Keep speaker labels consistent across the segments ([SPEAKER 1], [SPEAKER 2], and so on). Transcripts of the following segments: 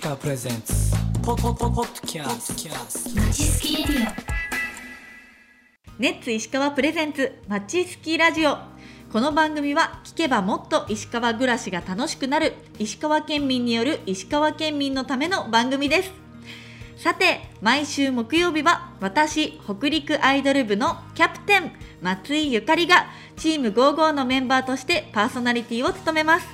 [SPEAKER 1] カプレゼンツポポポポッドキャスト
[SPEAKER 2] マチスキレディ
[SPEAKER 3] ネッツ石川プレゼンツマッチスキーラジオこの番組は聞けばもっと石川暮らしが楽しくなる石川県民による石川県民のための番組ですさて毎週木曜日は私北陸アイドル部のキャプテン松井ゆかりがチーム55のメンバーとしてパーソナリティを務めます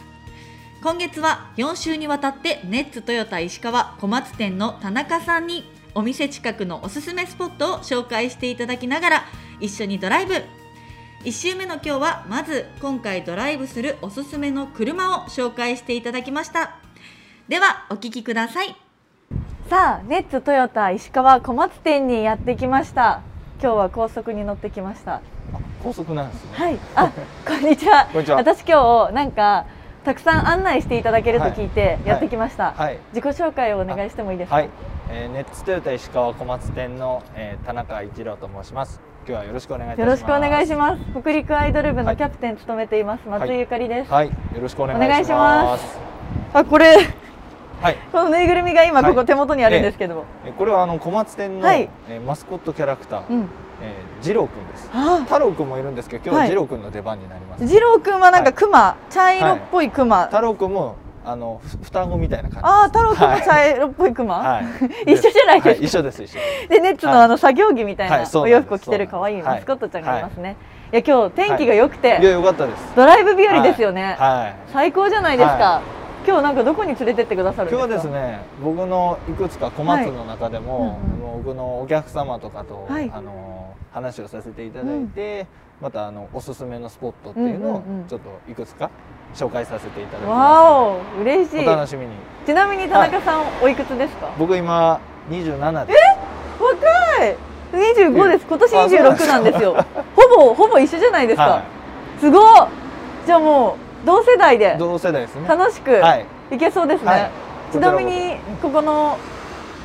[SPEAKER 3] 今月は4週にわたってネッツトヨタ石川小松店の田中さんにお店近くのおすすめスポットを紹介していただきながら一緒にドライブ1週目の今日はまず今回ドライブするおすすめの車を紹介していただきましたではお聞きくださいさあネッツトヨタ石川小松店にやってきました今日は高速に乗ってきました
[SPEAKER 4] 高速なんですね。
[SPEAKER 3] はい、あ、こんにちは。
[SPEAKER 4] こんにちは
[SPEAKER 3] 私今日なんかたくさん案内していただけると聞いて
[SPEAKER 4] い
[SPEAKER 3] やってきました。
[SPEAKER 4] はい。
[SPEAKER 3] 自己紹介をお願いしてもいいですか。
[SPEAKER 4] はい。えー、ネッツトヨタ石川小松店の、えー、田中一郎と申します。今日はよろしくお願いいたし
[SPEAKER 3] よ
[SPEAKER 4] ます。
[SPEAKER 3] ろしくお願いし
[SPEAKER 4] ま
[SPEAKER 3] ます。北陸アイドル部
[SPEAKER 4] は
[SPEAKER 3] の
[SPEAKER 4] い
[SPEAKER 3] キャプテン務めています、松井ゆかりです。
[SPEAKER 4] はい。よろしくお願
[SPEAKER 3] お願い
[SPEAKER 4] い
[SPEAKER 3] し
[SPEAKER 4] し
[SPEAKER 3] ま
[SPEAKER 4] ますす。
[SPEAKER 3] あ、これ
[SPEAKER 4] はい。
[SPEAKER 3] このぬいぐるみが今
[SPEAKER 4] はい
[SPEAKER 3] ここ手元にあるんですけども、
[SPEAKER 4] えーこれはあの小松店の、
[SPEAKER 3] はい
[SPEAKER 4] えーマスコットキャラクター、
[SPEAKER 3] うん。
[SPEAKER 4] えー、ジローくんです。
[SPEAKER 3] あ
[SPEAKER 4] 太郎くんもいるんですけど、今日
[SPEAKER 3] は
[SPEAKER 4] はいジローくんの出番になります。
[SPEAKER 3] ー、次郎くんはなんか
[SPEAKER 4] はい
[SPEAKER 3] 熊、茶色っぽい熊。
[SPEAKER 4] 太郎くんもあのふ双子みたいな感じです。
[SPEAKER 3] あー、太郎くんも
[SPEAKER 4] はい。
[SPEAKER 3] 茶色っぽい熊。
[SPEAKER 4] はい。
[SPEAKER 3] 一緒じゃないですか
[SPEAKER 4] はい、一緒です一緒。
[SPEAKER 3] でネッツ
[SPEAKER 4] は
[SPEAKER 3] の
[SPEAKER 4] い
[SPEAKER 3] あの作業着みたい
[SPEAKER 4] は
[SPEAKER 3] ない
[SPEAKER 4] そう
[SPEAKER 3] お
[SPEAKER 4] なん
[SPEAKER 3] 洋
[SPEAKER 4] です
[SPEAKER 3] 服を着てる可愛い
[SPEAKER 4] そうな
[SPEAKER 3] マ
[SPEAKER 4] んです
[SPEAKER 3] スコットちゃんがいますね。いや今日天気が良く
[SPEAKER 4] いや
[SPEAKER 3] て
[SPEAKER 4] 良かったです。
[SPEAKER 3] ドライブ日和ですよね。
[SPEAKER 4] はい。
[SPEAKER 3] 最高じゃないですか
[SPEAKER 4] は。
[SPEAKER 3] 今日なんかどこに連れてってくださるん
[SPEAKER 4] 今日は
[SPEAKER 3] で
[SPEAKER 4] ですす
[SPEAKER 3] か。
[SPEAKER 4] ね僕のいくつか小松の中で
[SPEAKER 3] は
[SPEAKER 4] も、
[SPEAKER 3] いうんうん
[SPEAKER 4] もう僕のお客様とかと、
[SPEAKER 3] はい
[SPEAKER 4] あの話をさせていただいて、またあのおすすめのスポットっていうの
[SPEAKER 3] うんうんう
[SPEAKER 4] を
[SPEAKER 3] ん
[SPEAKER 4] ちょっといくつか紹介させていただきま
[SPEAKER 3] わお嬉し
[SPEAKER 4] す、
[SPEAKER 3] い
[SPEAKER 4] お。楽しみに
[SPEAKER 3] ちなみに田中さん、おいくつですか。
[SPEAKER 4] 僕今27です
[SPEAKER 3] 若い。二十五です。今年
[SPEAKER 4] あ
[SPEAKER 3] 二十
[SPEAKER 4] そうなんで
[SPEAKER 3] 六
[SPEAKER 4] す
[SPEAKER 3] なんですよ。ほぼほぼ一緒じゃないですか
[SPEAKER 4] は。
[SPEAKER 3] すごい。じゃあもう同世代で
[SPEAKER 4] い、同世代ですね
[SPEAKER 3] 楽しく
[SPEAKER 4] はい、
[SPEAKER 3] いけそうです
[SPEAKER 4] はい
[SPEAKER 3] ね。ちなみ
[SPEAKER 4] こちら
[SPEAKER 3] にここの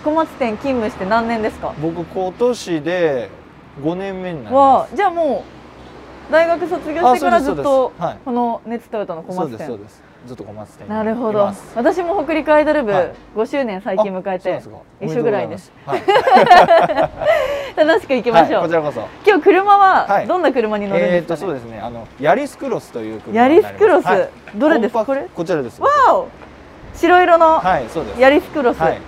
[SPEAKER 3] 小松店勤務して何年ですか。
[SPEAKER 4] こそ僕今年で5年目になりま
[SPEAKER 3] わ
[SPEAKER 4] す
[SPEAKER 3] あじゃあもう大学卒業してから
[SPEAKER 4] あ
[SPEAKER 3] ず
[SPEAKER 4] そ
[SPEAKER 3] っ
[SPEAKER 4] うで
[SPEAKER 3] と
[SPEAKER 4] すそうですはい
[SPEAKER 3] この熱トヨタの小
[SPEAKER 4] そう
[SPEAKER 3] 松
[SPEAKER 4] ですそう
[SPEAKER 3] 店
[SPEAKER 4] ですずっと小松店にいます
[SPEAKER 3] なるほど私も北陸アイドル部
[SPEAKER 4] はい
[SPEAKER 3] 5周年最近迎えて
[SPEAKER 4] あそうなんですか
[SPEAKER 3] 一緒ぐらいです
[SPEAKER 4] おめで とうございますはい
[SPEAKER 3] 楽しく行きましょ
[SPEAKER 4] はい、こち
[SPEAKER 3] う
[SPEAKER 4] らこそ
[SPEAKER 3] 今日車は
[SPEAKER 4] はい
[SPEAKER 3] どんな車に乗るん
[SPEAKER 4] え
[SPEAKER 3] で
[SPEAKER 4] ー、と
[SPEAKER 3] すか
[SPEAKER 4] そう
[SPEAKER 3] ね
[SPEAKER 4] ですねあのヤリスクロスという車に
[SPEAKER 3] ヤ
[SPEAKER 4] なり
[SPEAKER 3] リ
[SPEAKER 4] ます
[SPEAKER 3] スクロス
[SPEAKER 4] はい
[SPEAKER 3] どれです
[SPEAKER 4] コ
[SPEAKER 3] か
[SPEAKER 4] ンパ
[SPEAKER 3] これわ
[SPEAKER 4] こちらです
[SPEAKER 3] お白色の
[SPEAKER 4] はいそうです
[SPEAKER 3] ヤリスクロス
[SPEAKER 4] はい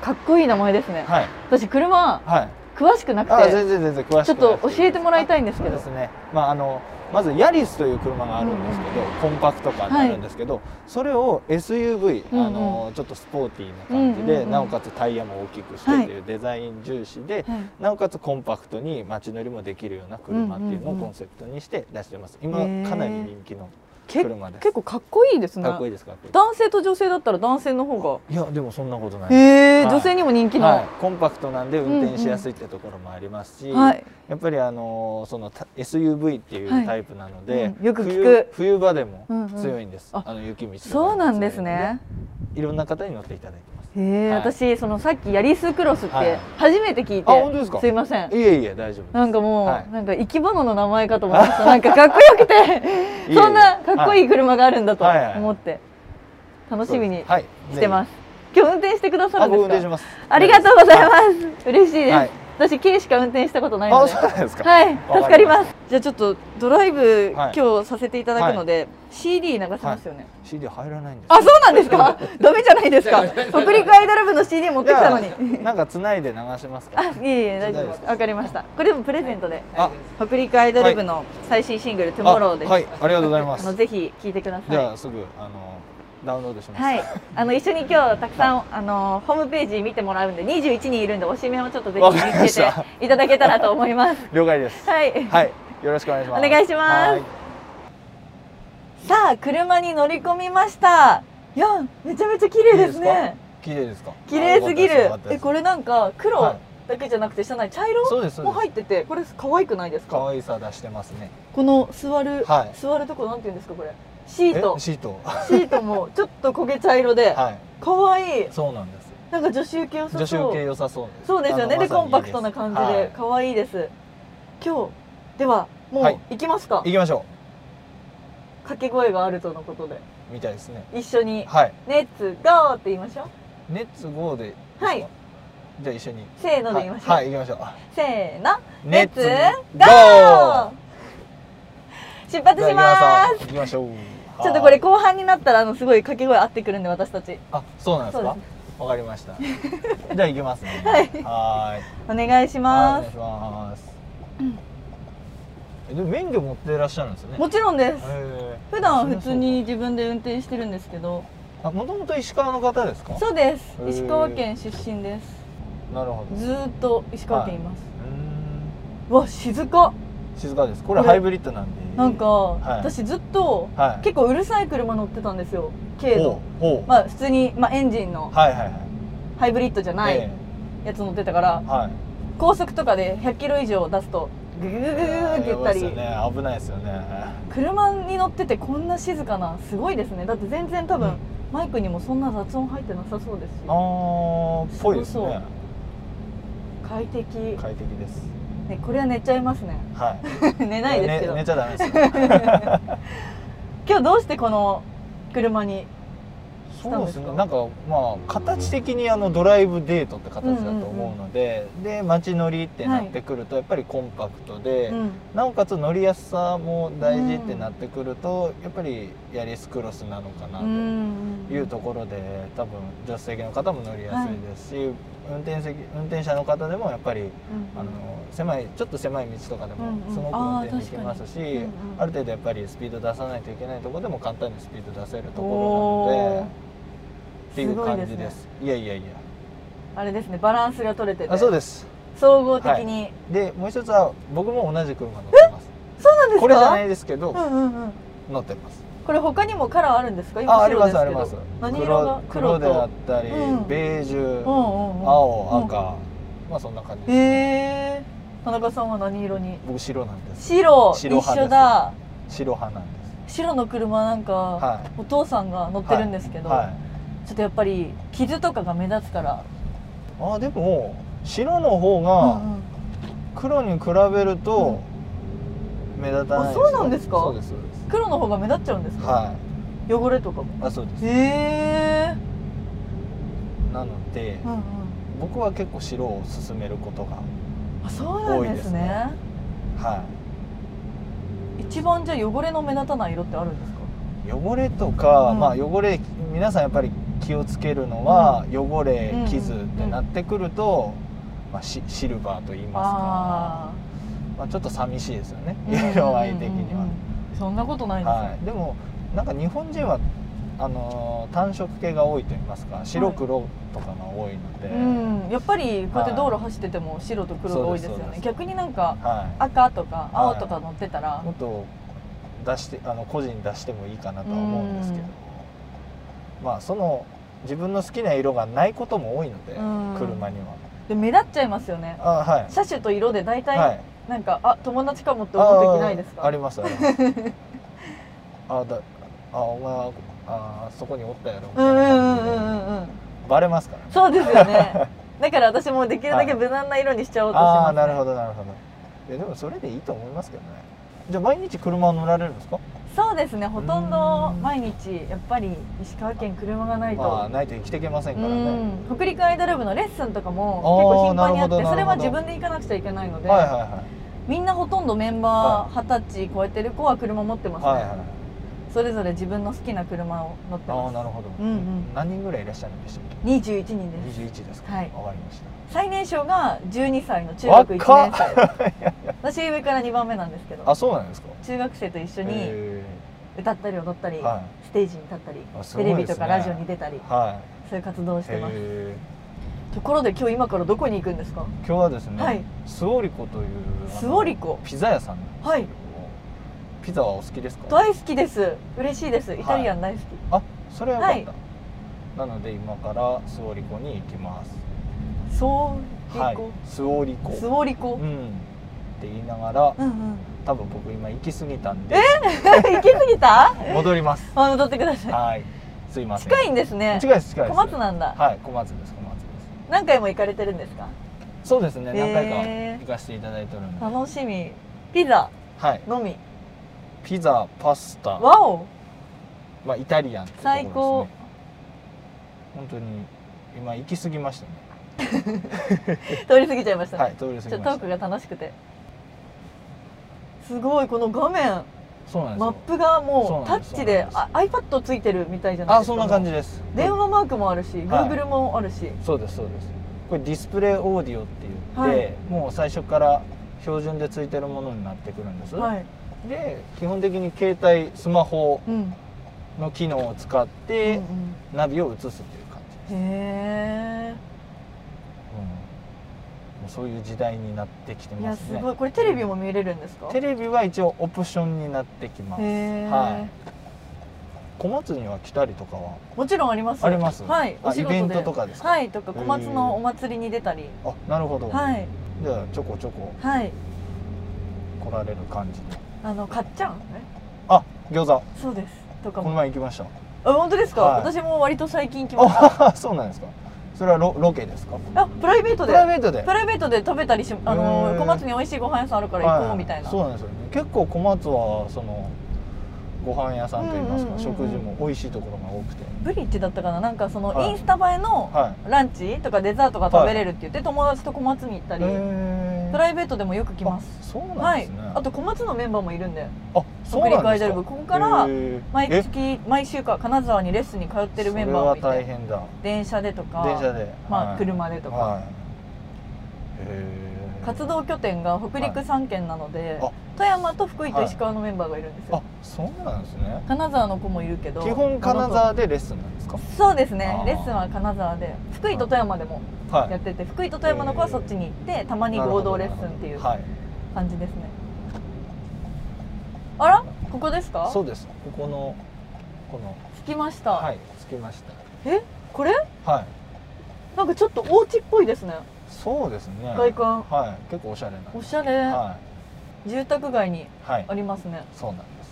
[SPEAKER 3] かっこいい名前ですね
[SPEAKER 4] はい
[SPEAKER 3] 私車
[SPEAKER 4] はい
[SPEAKER 3] 詳しくなく
[SPEAKER 4] あ
[SPEAKER 3] て
[SPEAKER 4] 全然全然詳しく
[SPEAKER 3] ちょっと教えてもらいた
[SPEAKER 4] い
[SPEAKER 3] いんですけ
[SPEAKER 4] そう
[SPEAKER 3] ど
[SPEAKER 4] ですねまああのまずヤリスという車があるんですけど、コンパクトカーになるんですけど、それを SUV あの、ちょっとスポーティーな感じで、
[SPEAKER 3] うんうんうん
[SPEAKER 4] なおかつタイヤも大きくしてっていうデザイン重視で、
[SPEAKER 3] はい
[SPEAKER 4] なおかつコンパクトに街乗りもできるような車っていうの
[SPEAKER 3] う
[SPEAKER 4] を
[SPEAKER 3] んうんうん
[SPEAKER 4] コンセプトにして出してます、
[SPEAKER 3] へ
[SPEAKER 4] 今
[SPEAKER 3] ー
[SPEAKER 4] かなり人気の
[SPEAKER 3] け
[SPEAKER 4] 車です
[SPEAKER 3] 結構かっこいいですね
[SPEAKER 4] かっこいいですかっこいいです
[SPEAKER 3] 男性と女性だったら男性の方
[SPEAKER 4] いやでもそんなことない
[SPEAKER 3] がへえ
[SPEAKER 4] はい
[SPEAKER 3] 女性にも人気
[SPEAKER 4] は
[SPEAKER 3] の
[SPEAKER 4] い、コンパクトなんで運転しやすいってところもありますし、
[SPEAKER 3] はい
[SPEAKER 4] やっぱりあのそのた SUV っていうタイプなので、
[SPEAKER 3] はいうんよく聞く
[SPEAKER 4] 冬冬場でも
[SPEAKER 3] うんうん
[SPEAKER 4] 強いんです、
[SPEAKER 3] あ
[SPEAKER 4] あの雪道とかにも強いので
[SPEAKER 3] そうなんですね。
[SPEAKER 4] いろんな方に乗っていただいてます
[SPEAKER 3] へえ、
[SPEAKER 4] はい
[SPEAKER 3] 私そのさっきヤリスクロスっ
[SPEAKER 4] は
[SPEAKER 3] て
[SPEAKER 4] い
[SPEAKER 3] 初めて聞いて。
[SPEAKER 4] あ本当ですか
[SPEAKER 3] いません。
[SPEAKER 4] いえいえ大丈夫です
[SPEAKER 3] なんかもう、
[SPEAKER 4] はい
[SPEAKER 3] なんか生き物の名前かと思ってた。なんかかっこよ くて、
[SPEAKER 4] え
[SPEAKER 3] そんなかっこいい車があるんだと
[SPEAKER 4] はいはいはい
[SPEAKER 3] 思って楽しみに
[SPEAKER 4] はい
[SPEAKER 3] してます。今日運転してくださ
[SPEAKER 4] あ
[SPEAKER 3] るん
[SPEAKER 4] 僕運
[SPEAKER 3] で
[SPEAKER 4] 転
[SPEAKER 3] す
[SPEAKER 4] し
[SPEAKER 3] か。
[SPEAKER 4] ます
[SPEAKER 3] ありがとうございます。嬉しいです。
[SPEAKER 4] はい
[SPEAKER 3] 私軽しか運転したことないの
[SPEAKER 4] あ
[SPEAKER 3] で。
[SPEAKER 4] そうなんですか
[SPEAKER 3] はい、
[SPEAKER 4] わ
[SPEAKER 3] 助かりますす。じゃあちょっとドライブ、
[SPEAKER 4] はい
[SPEAKER 3] 今日させていただくので、CD 流しますよね。
[SPEAKER 4] CD 入らないんです
[SPEAKER 3] あ、そうなんですか。 ダメじゃないですか。北陸アイドル部の CD 持ってきたのに。
[SPEAKER 4] いやなんか繋いで流します
[SPEAKER 3] あ、
[SPEAKER 4] か
[SPEAKER 3] いえいえ、大丈夫で。
[SPEAKER 4] 大丈夫ですす
[SPEAKER 3] わかりました。これもプレゼントで。
[SPEAKER 4] あ
[SPEAKER 3] 北陸アイドル部の最新シングル、トゥモローです。
[SPEAKER 4] あはいありがとうございま
[SPEAKER 3] あ
[SPEAKER 4] す
[SPEAKER 3] の、ぜひ聞いてくだ
[SPEAKER 4] じ
[SPEAKER 3] さ
[SPEAKER 4] ゃ
[SPEAKER 3] い。
[SPEAKER 4] あすぐあのダウンロードします
[SPEAKER 3] はい、あの一緒に今日たくさん、あのホームページ見てもらうんで、21人いるんで、おしめをちょっとぜひ
[SPEAKER 4] わかり
[SPEAKER 3] 見
[SPEAKER 4] ま
[SPEAKER 3] つ
[SPEAKER 4] し
[SPEAKER 3] け
[SPEAKER 4] た
[SPEAKER 3] ていただけたらと思います。
[SPEAKER 4] 了解です
[SPEAKER 3] はい、
[SPEAKER 4] はいよろしくお願いします
[SPEAKER 3] お願いします
[SPEAKER 4] はい
[SPEAKER 3] さあ、車に乗り込みました。いや、めちゃめちゃ綺麗ですね。
[SPEAKER 4] 綺麗ですか
[SPEAKER 3] 綺麗すぎ
[SPEAKER 4] あよ
[SPEAKER 3] る
[SPEAKER 4] かった。です
[SPEAKER 3] え、これなんか黒
[SPEAKER 4] は
[SPEAKER 3] だけじゃなくて、車内茶
[SPEAKER 4] そう
[SPEAKER 3] 色
[SPEAKER 4] ですそう
[SPEAKER 3] も
[SPEAKER 4] です
[SPEAKER 3] 入ってて、これ可愛くないですか
[SPEAKER 4] 可。愛さ出してますね
[SPEAKER 3] この座る、
[SPEAKER 4] はい
[SPEAKER 3] 座るとこなんて言うんですかこれシート
[SPEAKER 4] えシート
[SPEAKER 3] シートもちょっと焦げ茶色で
[SPEAKER 4] はい
[SPEAKER 3] 可愛い
[SPEAKER 4] そうなんです
[SPEAKER 3] なんか女子受け良さ
[SPEAKER 4] 女子
[SPEAKER 3] そ
[SPEAKER 4] 受け
[SPEAKER 3] う
[SPEAKER 4] 良さそうです
[SPEAKER 3] そうですよね
[SPEAKER 4] あの
[SPEAKER 3] で
[SPEAKER 4] まさ
[SPEAKER 3] コ
[SPEAKER 4] に
[SPEAKER 3] ンパクトな感じ
[SPEAKER 4] は
[SPEAKER 3] で
[SPEAKER 4] い
[SPEAKER 3] 可愛いです今日ではもう
[SPEAKER 4] はい
[SPEAKER 3] 行きますか
[SPEAKER 4] 行きましょ
[SPEAKER 3] 掛け声があるとのことで
[SPEAKER 4] うみたいですね
[SPEAKER 3] 一緒に
[SPEAKER 4] はい
[SPEAKER 3] 「ネッツゴー!」って言いましょう
[SPEAKER 4] ネッツ GO でいいですか
[SPEAKER 3] はい
[SPEAKER 4] じゃあ一緒に
[SPEAKER 3] せーので言いましょう、
[SPEAKER 4] はい、はい、行きましょ
[SPEAKER 3] せーの
[SPEAKER 4] う
[SPEAKER 3] レッツゴー
[SPEAKER 4] ゴ
[SPEAKER 3] 出発します
[SPEAKER 4] す行きましょう
[SPEAKER 3] ちょっとこれ
[SPEAKER 4] はい
[SPEAKER 3] 後半になったらあのすごい掛け声合ってくるんで私たち
[SPEAKER 4] あ、そうなんです
[SPEAKER 3] そう
[SPEAKER 4] か
[SPEAKER 3] で
[SPEAKER 4] わかりました じゃあ行きますね
[SPEAKER 3] はい
[SPEAKER 4] はーい
[SPEAKER 3] お願いしま
[SPEAKER 4] はいお願い
[SPEAKER 3] す
[SPEAKER 4] しますえでも免許持ってらっしゃるんですよね
[SPEAKER 3] もちろんです
[SPEAKER 4] へー
[SPEAKER 3] 普段普通に自分で運転してるんですけど
[SPEAKER 4] あ、もともと石川の方ですか
[SPEAKER 3] そうです
[SPEAKER 4] へー
[SPEAKER 3] 石川県出身です
[SPEAKER 4] なるほどう
[SPEAKER 3] ずーっと石川県います、
[SPEAKER 4] ーん
[SPEAKER 3] うわ静か
[SPEAKER 4] 静かですこれ
[SPEAKER 3] これ
[SPEAKER 4] ハイブリッドなんで
[SPEAKER 3] なんか、
[SPEAKER 4] い
[SPEAKER 3] 私ずっと、
[SPEAKER 4] はい
[SPEAKER 3] 結構うるさい車乗ってたんですよ軽
[SPEAKER 4] ほ
[SPEAKER 3] 度
[SPEAKER 4] うほう
[SPEAKER 3] まあ普通に、まあ、エンジンの
[SPEAKER 4] はいはいはい
[SPEAKER 3] ハイブリッドじゃな
[SPEAKER 4] え
[SPEAKER 3] いやつ乗ってたから
[SPEAKER 4] えはい
[SPEAKER 3] 高速とかで100キロ以上出すとググググググって言ったり、
[SPEAKER 4] やばいっすよね危ないですよね
[SPEAKER 3] 車に乗っててこんな静かなすごいですねだって全然多分、
[SPEAKER 4] うん
[SPEAKER 3] マイクにもそんな雑音入ってなさそうですし
[SPEAKER 4] あーぽいです
[SPEAKER 3] そうそ
[SPEAKER 4] ね
[SPEAKER 3] う快適、
[SPEAKER 4] 快適です
[SPEAKER 3] ね、これは寝ちゃいますね
[SPEAKER 4] はい
[SPEAKER 3] 寝ないですけど、
[SPEAKER 4] ね寝ちゃダメですよ
[SPEAKER 3] 今日どうしてこの車に
[SPEAKER 4] そうです
[SPEAKER 3] した
[SPEAKER 4] ね
[SPEAKER 3] んですか
[SPEAKER 4] なんかまあ形的にあのドライブデートって形だと思うので、で街乗りってなってくるとやっぱりコンパクトで、
[SPEAKER 3] うん
[SPEAKER 4] なおかつ乗りやすさも大事ってなってくると、やっぱりヤリスクロスなのかな
[SPEAKER 3] う
[SPEAKER 4] と
[SPEAKER 3] ん
[SPEAKER 4] いうところで、多分助手席の方も乗りやすいですし、運転席運転者の方でもやっぱりあの狭いちょっと狭い道とかで
[SPEAKER 3] う
[SPEAKER 4] も
[SPEAKER 3] んうん
[SPEAKER 4] すごく運転できますし、
[SPEAKER 3] うんうん
[SPEAKER 4] ある程度やっぱりスピード出さないといけないところでも簡単にスピード出せるところなので
[SPEAKER 3] おー
[SPEAKER 4] っていう感じです
[SPEAKER 3] ね、
[SPEAKER 4] いやいやいや
[SPEAKER 3] あれですねバランスが取れてて
[SPEAKER 4] あそうです
[SPEAKER 3] 総合的に、
[SPEAKER 4] でもう一つは僕も同じ車乗ってます
[SPEAKER 3] そうなんですか
[SPEAKER 4] これじゃないですけど、
[SPEAKER 3] うんうんうん
[SPEAKER 4] 乗ってます
[SPEAKER 3] これ他にもカラーあるんですか今
[SPEAKER 4] ああり
[SPEAKER 3] 白で
[SPEAKER 4] ます
[SPEAKER 3] け
[SPEAKER 4] す
[SPEAKER 3] ど
[SPEAKER 4] あります
[SPEAKER 3] 何色が
[SPEAKER 4] 黒黒であっ
[SPEAKER 3] と
[SPEAKER 4] たり、
[SPEAKER 3] うん
[SPEAKER 4] ベージュ、
[SPEAKER 3] うんうんうん
[SPEAKER 4] 青赤、まあそんな感じで
[SPEAKER 3] へ
[SPEAKER 4] す、
[SPEAKER 3] え田中さんは何色に
[SPEAKER 4] 僕白なんです
[SPEAKER 3] 白
[SPEAKER 4] 白
[SPEAKER 3] 一
[SPEAKER 4] 派です
[SPEAKER 3] 緒だ
[SPEAKER 4] 白派なんです
[SPEAKER 3] 白の車なんか、
[SPEAKER 4] は
[SPEAKER 3] お父さんが乗ってるんですけ
[SPEAKER 4] い
[SPEAKER 3] ど、
[SPEAKER 4] はい
[SPEAKER 3] ちょっとやっぱり傷とかが目立つから、
[SPEAKER 4] あでも白の
[SPEAKER 3] う
[SPEAKER 4] 方
[SPEAKER 3] んう
[SPEAKER 4] が
[SPEAKER 3] ん
[SPEAKER 4] 黒に比べると目立たない
[SPEAKER 3] あそうなんですか
[SPEAKER 4] そうですそうです
[SPEAKER 3] 黒の方が目立っちゃうんですか、
[SPEAKER 4] は
[SPEAKER 3] 汚れとかも
[SPEAKER 4] いあそうです
[SPEAKER 3] へえ
[SPEAKER 4] なので
[SPEAKER 3] うんうん
[SPEAKER 4] 僕は結構白を勧めることが
[SPEAKER 3] あそうなんですね
[SPEAKER 4] は
[SPEAKER 3] 一番じゃあ汚れの目立たない色ってあるんですか
[SPEAKER 4] い汚れとか、
[SPEAKER 3] うん
[SPEAKER 4] まあ汚れ皆さんやっぱり気をつけるのは、汚れ
[SPEAKER 3] うん
[SPEAKER 4] 傷ってなってくると、まあ、シシルバーと言います
[SPEAKER 3] あ
[SPEAKER 4] かまあ、ちょっと寂しいですよね
[SPEAKER 3] あー
[SPEAKER 4] 色合い的には
[SPEAKER 3] うんうんうんうんそんなことないです、
[SPEAKER 4] はい、でもなんか日本人はあのー単色系が多いと言いますか白黒とかが多いので、
[SPEAKER 3] うん、やっぱりこうやって
[SPEAKER 4] はい
[SPEAKER 3] 道路走ってても白と黒が多いですよ
[SPEAKER 4] そうで
[SPEAKER 3] ね
[SPEAKER 4] す
[SPEAKER 3] 逆になんか
[SPEAKER 4] は
[SPEAKER 3] 赤とか青とか乗ってたら、
[SPEAKER 4] い、もっと出してあの個人に出してもいいかなとは思うんですけど、
[SPEAKER 3] うん
[SPEAKER 4] まあその自分の好きな色がないことも多いので、
[SPEAKER 3] うん
[SPEAKER 4] 車には
[SPEAKER 3] で目立っちゃいますよね
[SPEAKER 4] あはい
[SPEAKER 3] 車種と色で大
[SPEAKER 4] は
[SPEAKER 3] 体
[SPEAKER 4] い
[SPEAKER 3] なんか、あ友達かもって思う時ないですか
[SPEAKER 4] あーあり ますありますあだあお前あそこにおったやろみ
[SPEAKER 3] う
[SPEAKER 4] たい
[SPEAKER 3] んう
[SPEAKER 4] なん
[SPEAKER 3] うんう
[SPEAKER 4] 感
[SPEAKER 3] んうんうん
[SPEAKER 4] じでバレますからね
[SPEAKER 3] そうですよ ねだから私もできるだけ無難な色にしちゃおうとし
[SPEAKER 4] あ
[SPEAKER 3] ま
[SPEAKER 4] あ
[SPEAKER 3] す、ね
[SPEAKER 4] なるほどなるほどえでもそれでいいと思いますけどねじゃあ毎日車乗られるんですか
[SPEAKER 3] そうですねほとんど毎日やっぱり石川県車がないと、
[SPEAKER 4] まあないと生きていけませ
[SPEAKER 3] う
[SPEAKER 4] んからね
[SPEAKER 3] ん北陸アイドル部のレッスンとかも
[SPEAKER 4] あー
[SPEAKER 3] 結構頻繁にあっ
[SPEAKER 4] なるほ
[SPEAKER 3] て
[SPEAKER 4] ど
[SPEAKER 3] それは
[SPEAKER 4] なる
[SPEAKER 3] 自
[SPEAKER 4] ほど
[SPEAKER 3] 分で行かなくちゃいけないので、
[SPEAKER 4] はいはいは
[SPEAKER 3] みんなほとんどメンバー二十歳超えてる子は車持ってます
[SPEAKER 4] い
[SPEAKER 3] ね、
[SPEAKER 4] はいはい
[SPEAKER 3] それぞれ自分の好きな車を乗って
[SPEAKER 4] ああ
[SPEAKER 3] ます
[SPEAKER 4] なるほど、
[SPEAKER 3] うんうん
[SPEAKER 4] 何人ぐらいいらっしゃるんでしたっ
[SPEAKER 3] 21人です
[SPEAKER 4] け21ですか
[SPEAKER 3] はい
[SPEAKER 4] わかりました
[SPEAKER 3] 最年少が12歳の中学1年生 私上から2番目なんですけど
[SPEAKER 4] あそうなんですか
[SPEAKER 3] 中学生と一緒に
[SPEAKER 4] へ
[SPEAKER 3] 歌ったり踊ったり、
[SPEAKER 4] えは
[SPEAKER 3] ステージに立ったり、
[SPEAKER 4] あすご
[SPEAKER 3] テ
[SPEAKER 4] い
[SPEAKER 3] レ
[SPEAKER 4] ですね
[SPEAKER 3] ビとかラジオに出たり
[SPEAKER 4] いは
[SPEAKER 3] そういう活動をし
[SPEAKER 4] い
[SPEAKER 3] てます、
[SPEAKER 4] へえ
[SPEAKER 3] ところで今日今からどこに行くんですか、
[SPEAKER 4] 今日はですね、
[SPEAKER 3] はい
[SPEAKER 4] スオリコという
[SPEAKER 3] スオリコ
[SPEAKER 4] あのピザ屋さんなんですけど
[SPEAKER 3] はい
[SPEAKER 4] ピザはお好きですか
[SPEAKER 3] 大好きです嬉しいですイタリアン大好き、
[SPEAKER 4] あそれはよかった、
[SPEAKER 3] はい
[SPEAKER 4] なので今からスオリコに行きます
[SPEAKER 3] そうリ
[SPEAKER 4] はい
[SPEAKER 3] コ、、
[SPEAKER 4] スオリコ
[SPEAKER 3] スオリコ
[SPEAKER 4] う、んって言いながら
[SPEAKER 3] うんうん、
[SPEAKER 4] 多分僕今行き過ぎたんで
[SPEAKER 3] 行き過ぎた
[SPEAKER 4] 戻ります
[SPEAKER 3] あ戻ってくださ
[SPEAKER 4] はいすいま
[SPEAKER 3] い
[SPEAKER 4] せん
[SPEAKER 3] 近いんですね
[SPEAKER 4] 近いです近いで
[SPEAKER 3] 小
[SPEAKER 4] す
[SPEAKER 3] 松なんだ
[SPEAKER 4] はい小松です小松で
[SPEAKER 3] 何回も行かれてるんですか
[SPEAKER 4] すそうですね
[SPEAKER 3] へ
[SPEAKER 4] 何
[SPEAKER 3] ー
[SPEAKER 4] 回か行かせていただいてるんで、
[SPEAKER 3] 楽しみピザ
[SPEAKER 4] はい
[SPEAKER 3] のみ
[SPEAKER 4] ピザパスタ
[SPEAKER 3] わお
[SPEAKER 4] まあイタリアンってところですね
[SPEAKER 3] 最高
[SPEAKER 4] 本当に今行き過ぎましたね
[SPEAKER 3] 通り過ぎちゃいましたね、
[SPEAKER 4] はい通り過ぎまし
[SPEAKER 3] ちょ
[SPEAKER 4] た
[SPEAKER 3] っとトークが楽しくてすごいこの画面
[SPEAKER 4] そうなんです
[SPEAKER 3] マッ
[SPEAKER 4] よ
[SPEAKER 3] プがもう
[SPEAKER 4] そう
[SPEAKER 3] タ
[SPEAKER 4] なんです
[SPEAKER 3] ッチで
[SPEAKER 4] そう
[SPEAKER 3] あ iPad ついてるみたいじゃない
[SPEAKER 4] あ
[SPEAKER 3] ですか
[SPEAKER 4] そんな感じです
[SPEAKER 3] 電話マークもあるし、
[SPEAKER 4] はい
[SPEAKER 3] Google もあるし、
[SPEAKER 4] そうですそうですこれディスプレイオーディオって言って、
[SPEAKER 3] はい
[SPEAKER 4] もう最初から標準でついてるものになってくるんです、
[SPEAKER 3] はい、
[SPEAKER 4] で基本的に携帯スマホ
[SPEAKER 3] うん、
[SPEAKER 4] の機能を使
[SPEAKER 3] う
[SPEAKER 4] っ
[SPEAKER 3] ん
[SPEAKER 4] て、ナビを移すっていう感じ、
[SPEAKER 3] うんへ
[SPEAKER 4] うんもうそういう時代になってきて
[SPEAKER 3] えいや
[SPEAKER 4] ます
[SPEAKER 3] す
[SPEAKER 4] ね
[SPEAKER 3] ごいこれテレビも見れるんですか
[SPEAKER 4] テレビは一応オプションになってきます、
[SPEAKER 3] へえ、
[SPEAKER 4] はい小松には来たりとかは
[SPEAKER 3] もちろんあります
[SPEAKER 4] あります
[SPEAKER 3] はい
[SPEAKER 4] あ
[SPEAKER 3] お仕事で
[SPEAKER 4] イベントとかですか
[SPEAKER 3] はいとか小松のお祭りに出たり
[SPEAKER 4] あなるほど、
[SPEAKER 3] はい
[SPEAKER 4] じゃあちょこちょこ
[SPEAKER 3] はい
[SPEAKER 4] 来られる感じで
[SPEAKER 3] あのかっちゃんね
[SPEAKER 4] あ餃子
[SPEAKER 3] そうですとか
[SPEAKER 4] この
[SPEAKER 3] も
[SPEAKER 4] 前行きました
[SPEAKER 3] あ本当ですか、
[SPEAKER 4] はい
[SPEAKER 3] 私も割と最近来ました
[SPEAKER 4] あ そうなんですかそれはロロケですか
[SPEAKER 3] あプライベート
[SPEAKER 4] プ
[SPEAKER 3] で
[SPEAKER 4] ライベートで
[SPEAKER 3] プライベートで食べたりしあ
[SPEAKER 4] へ
[SPEAKER 3] の
[SPEAKER 4] ー
[SPEAKER 3] 小松に美味しいご飯屋さんあるから行こうみたいな、
[SPEAKER 4] そうなんですよね結構小松はそのご飯屋さんといいますか、
[SPEAKER 3] うんうんうんうん
[SPEAKER 4] 食事も美味しいところが多くて
[SPEAKER 3] ブリッジだったかななんかその
[SPEAKER 4] はい
[SPEAKER 3] インスタ映えの
[SPEAKER 4] は
[SPEAKER 3] ランチとかデザートが食べれるって言って友達と小松に行った
[SPEAKER 4] い
[SPEAKER 3] り、
[SPEAKER 4] へ
[SPEAKER 3] プライベートでもよく来ます
[SPEAKER 4] あそうな
[SPEAKER 3] は
[SPEAKER 4] んで
[SPEAKER 3] い
[SPEAKER 4] すね、
[SPEAKER 3] あと小松のメンバーもいるんで
[SPEAKER 4] あそうな
[SPEAKER 3] 北
[SPEAKER 4] んです
[SPEAKER 3] 陸
[SPEAKER 4] か
[SPEAKER 3] アイドル部ここから
[SPEAKER 4] へー
[SPEAKER 3] 毎
[SPEAKER 4] え
[SPEAKER 3] 月毎週か金沢にレッスンに通ってるメンバーもい
[SPEAKER 4] それは大
[SPEAKER 3] て
[SPEAKER 4] 変だ
[SPEAKER 3] 電車でとか
[SPEAKER 4] 電車で、
[SPEAKER 3] ま
[SPEAKER 4] は
[SPEAKER 3] あ、
[SPEAKER 4] い
[SPEAKER 3] 車でとか、
[SPEAKER 4] はい、へー
[SPEAKER 3] 活動拠点が北陸3県なので、
[SPEAKER 4] はいあ
[SPEAKER 3] 富山と福井と
[SPEAKER 4] はい
[SPEAKER 3] 石川のメンバーがいるんですよ、
[SPEAKER 4] あそうなんですね
[SPEAKER 3] 金沢の子もいるけど
[SPEAKER 4] 基本金沢でレッスンなんですか
[SPEAKER 3] そうですね
[SPEAKER 4] あー
[SPEAKER 3] レッスンは金沢で福井と富山でも
[SPEAKER 4] は
[SPEAKER 3] やってて福井と富山の子はそっちに行ってたまに合同レッスンっていう
[SPEAKER 4] はい
[SPEAKER 3] 感じですねあらここですか
[SPEAKER 4] そうですここのこの
[SPEAKER 3] 着きました、
[SPEAKER 4] はいつきまし
[SPEAKER 3] えこれ
[SPEAKER 4] たはい
[SPEAKER 3] なんかちょっとお家っぽいですね
[SPEAKER 4] そうですね
[SPEAKER 3] 外観
[SPEAKER 4] はい結構おしゃれな
[SPEAKER 3] おしゃれ、
[SPEAKER 4] は
[SPEAKER 3] 住宅街に
[SPEAKER 4] いはい
[SPEAKER 3] ありますね
[SPEAKER 4] そうなんです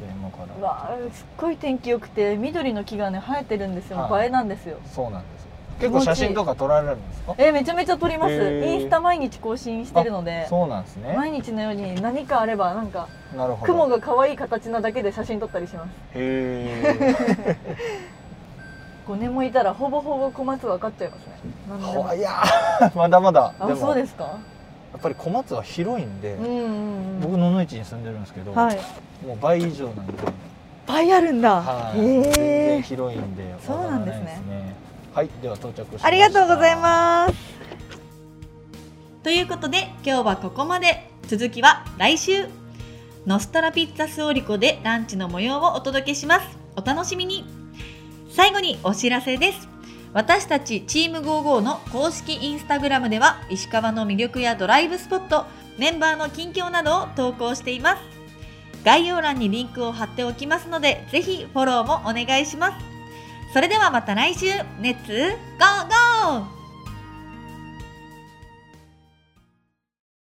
[SPEAKER 4] で今か
[SPEAKER 3] う
[SPEAKER 4] ら
[SPEAKER 3] わーすっごい天気良くて緑の木がね生えてるんですよ、
[SPEAKER 4] はい
[SPEAKER 3] 映えなんですよ
[SPEAKER 4] そうなんです結構写真とか撮られるんですか
[SPEAKER 3] えーめちゃめちゃ撮ります、
[SPEAKER 4] へー
[SPEAKER 3] インスタ毎日更新してるので
[SPEAKER 4] そうなんですね
[SPEAKER 3] 毎日のように何かあればなんか
[SPEAKER 4] なるほど
[SPEAKER 3] 雲が可愛い形なだけで写真撮ったりします
[SPEAKER 4] へえ
[SPEAKER 3] 5年もいたらほぼほぼ小松分かっちゃいますね何 でも
[SPEAKER 4] いやーまだまだ
[SPEAKER 3] あそうですすか
[SPEAKER 4] やっぱり小松は広いんで
[SPEAKER 3] うんうんうん
[SPEAKER 4] 僕野々市に住んでるんですけど
[SPEAKER 3] はいいっ
[SPEAKER 4] もう倍以上なんで
[SPEAKER 3] ぱいあるんだ、
[SPEAKER 4] はい全
[SPEAKER 3] へ
[SPEAKER 4] 然
[SPEAKER 3] え
[SPEAKER 4] 広いんで
[SPEAKER 3] そうなんですね
[SPEAKER 4] わからないですねはいでは到着しました
[SPEAKER 3] ありがとうございますということで今日はここまで続きは来週ノストラピッツァスオリコでランチの模様をお届けしますお楽しみに最後にお知らせです私たちチーム55の公式インスタグラムでは石川の魅力やドライブスポットメンバーの近況などを投稿しています概要欄にリンクを貼っておきますのでぜひフォローもお願いしますそれではまた来週レッツゴーゴー